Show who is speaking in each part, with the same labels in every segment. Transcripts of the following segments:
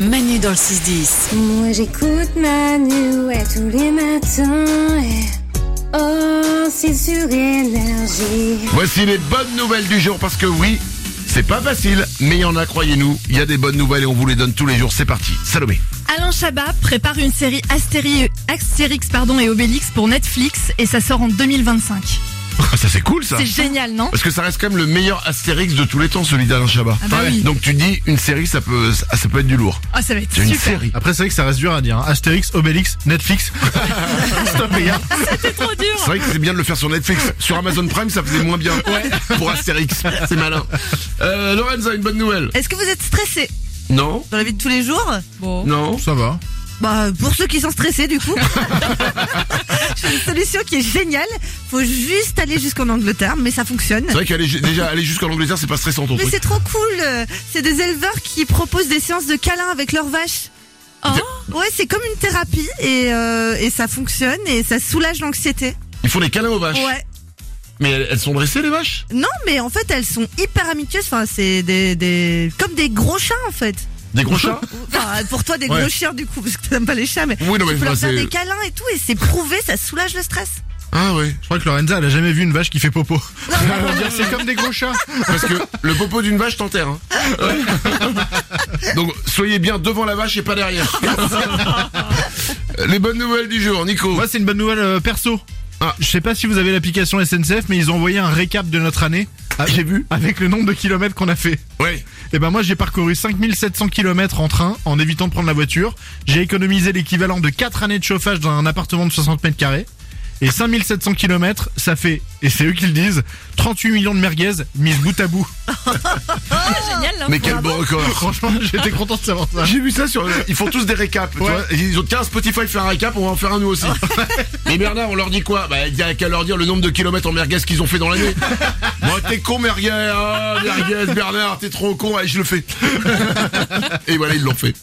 Speaker 1: Manu dans le 6-10.
Speaker 2: Moi j'écoute Manu ouais, tous les matins. et Oh, c'est sur énergie.
Speaker 3: Voici les bonnes nouvelles du jour parce que oui, c'est pas facile, mais il y en a, croyez-nous, il y a des bonnes nouvelles et on vous les donne tous les jours. C'est parti, Salomé.
Speaker 4: Alain Chabat prépare une série Astéri- Astérix pardon, et Obélix pour Netflix et ça sort en 2025.
Speaker 3: Ah, ça c'est cool ça
Speaker 4: C'est génial, non
Speaker 3: Parce que ça reste quand même le meilleur Astérix de tous les temps, celui d'Alain Chabat.
Speaker 4: Ah bah oui.
Speaker 3: Donc tu dis, une série, ça peut, ça, ça peut être du lourd.
Speaker 4: Ah, ça va être
Speaker 3: C'est une
Speaker 4: super.
Speaker 3: série.
Speaker 5: Après, c'est vrai que ça reste dur à dire. hein. Astérix, Obélix, Netflix. Stop, les gars.
Speaker 4: C'est trop
Speaker 3: C'est
Speaker 4: dur.
Speaker 3: vrai que c'est bien de le faire sur Netflix. Sur Amazon Prime, ça faisait moins bien. Pour Astérix, c'est malin. Euh, Lorenza, une bonne nouvelle.
Speaker 6: Est-ce que vous êtes stressé
Speaker 3: Non
Speaker 6: dans la vie de tous les jours
Speaker 4: Bon.
Speaker 3: Non
Speaker 5: Ça va.
Speaker 6: Bah pour ceux qui sont stressés du coup. J'ai une solution qui est géniale. Faut juste aller jusqu'en Angleterre, mais ça fonctionne.
Speaker 3: C'est vrai qu'aller ju- déjà aller jusqu'en Angleterre, c'est pas stressant ton
Speaker 6: Mais
Speaker 3: truc.
Speaker 6: c'est trop cool. euh, C'est des éleveurs qui proposent des séances de câlins avec leurs vaches.
Speaker 3: Oh.
Speaker 6: Ouais, c'est comme une thérapie et, euh, et ça fonctionne et ça soulage l'anxiété.
Speaker 3: Ils font des câlins aux vaches.
Speaker 6: Ouais.
Speaker 3: Mais elles, elles sont dressées les vaches
Speaker 6: Non, mais en fait, elles sont hyper amitieuses. Enfin, c'est des, des comme des gros chats en fait.
Speaker 3: Des gros chats
Speaker 6: Enfin, pour toi, des
Speaker 5: Ouais.
Speaker 6: gros chiens du coup, parce que t'aimes pas les chats, mais
Speaker 3: Ah. Oui, non, mais
Speaker 6: tu peux
Speaker 3: moi,
Speaker 6: leur faire
Speaker 3: c'est-
Speaker 6: des câlins et tout, et c'est prouvé, ça soulage le stress.
Speaker 3: Ah ouais.
Speaker 5: Je crois que Lorenza, elle a jamais vu une vache qui fait popo. Elle va dire, c'est comme des gros chats.
Speaker 3: Parce que le popo d'une vache t'enterre. hein. Donc soyez bien devant la vache et pas derrière. Les bonnes nouvelles du jour, Nico.
Speaker 5: Moi, c'est une bonne nouvelle euh, perso.
Speaker 3: Ah.
Speaker 5: Je sais pas si vous avez l'application SNCF, mais ils ont envoyé un récap de notre année. Ah, J'ai vu. Avec le nombre de kilomètres qu'on a fait.
Speaker 3: Ouais.
Speaker 5: Et ben moi j'ai parcouru 5700 km en train en évitant de prendre la voiture. J'ai économisé l'équivalent de 4 années de chauffage dans un appartement de 60 mètres carrés. Et 5700 km, ça fait, et c'est eux qui le disent, 38 millions de merguez mises bout à bout.
Speaker 4: Génial, là.
Speaker 3: Mais quel beau record.
Speaker 5: Franchement, j'étais content de savoir ça.
Speaker 3: J'ai vu ça sur. Ils font tous des récaps. tu
Speaker 5: Ouais.
Speaker 3: vois. Ils ont tiens Spotify fait un récap, on va en faire un nous aussi. Mais Bernard, on leur dit quoi Bah il y a qu'à leur dire le nombre de kilomètres en merguez qu'ils ont fait dans l'année. Bon t'es con merguez, ah, merguez Bernard, t'es trop con, allez je le fais. Et voilà ils l'ont fait.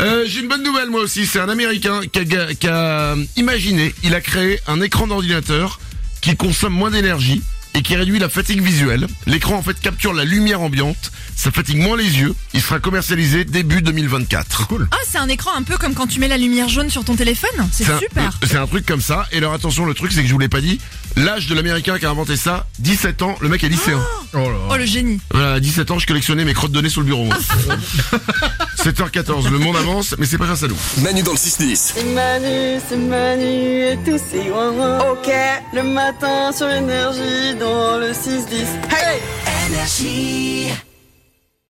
Speaker 3: Euh, J'ai une bonne nouvelle moi aussi, c'est un Américain qui a, ga- qui a imaginé, il a créé un écran d'ordinateur qui consomme moins d'énergie et qui réduit la fatigue visuelle. L'écran en fait capture la lumière ambiante, ça fatigue moins les yeux. Il sera commercialisé début 2024. Cool.
Speaker 4: Ah, c'est un écran un peu comme quand tu mets la lumière jaune sur ton téléphone. C'est
Speaker 3: un-
Speaker 4: super.
Speaker 3: C'est un truc comme ça. Et alors attention, le truc c'est que je vous l'ai pas dit. L'âge de l'américain qui a inventé ça, 17 ans, le mec est lycéen.
Speaker 4: Oh, le génie.
Speaker 3: Voilà, à 17 ans, je collectionnais mes crottes de nez sous le bureau. 7h14, le monde avance, mais c'est pas grâce à nous.
Speaker 7: Manu dans le 6-10.
Speaker 8: C'est Manu, c'est Manu et tous ces ouin Ok. Le matin sur énergie dans le 6-10. Hey!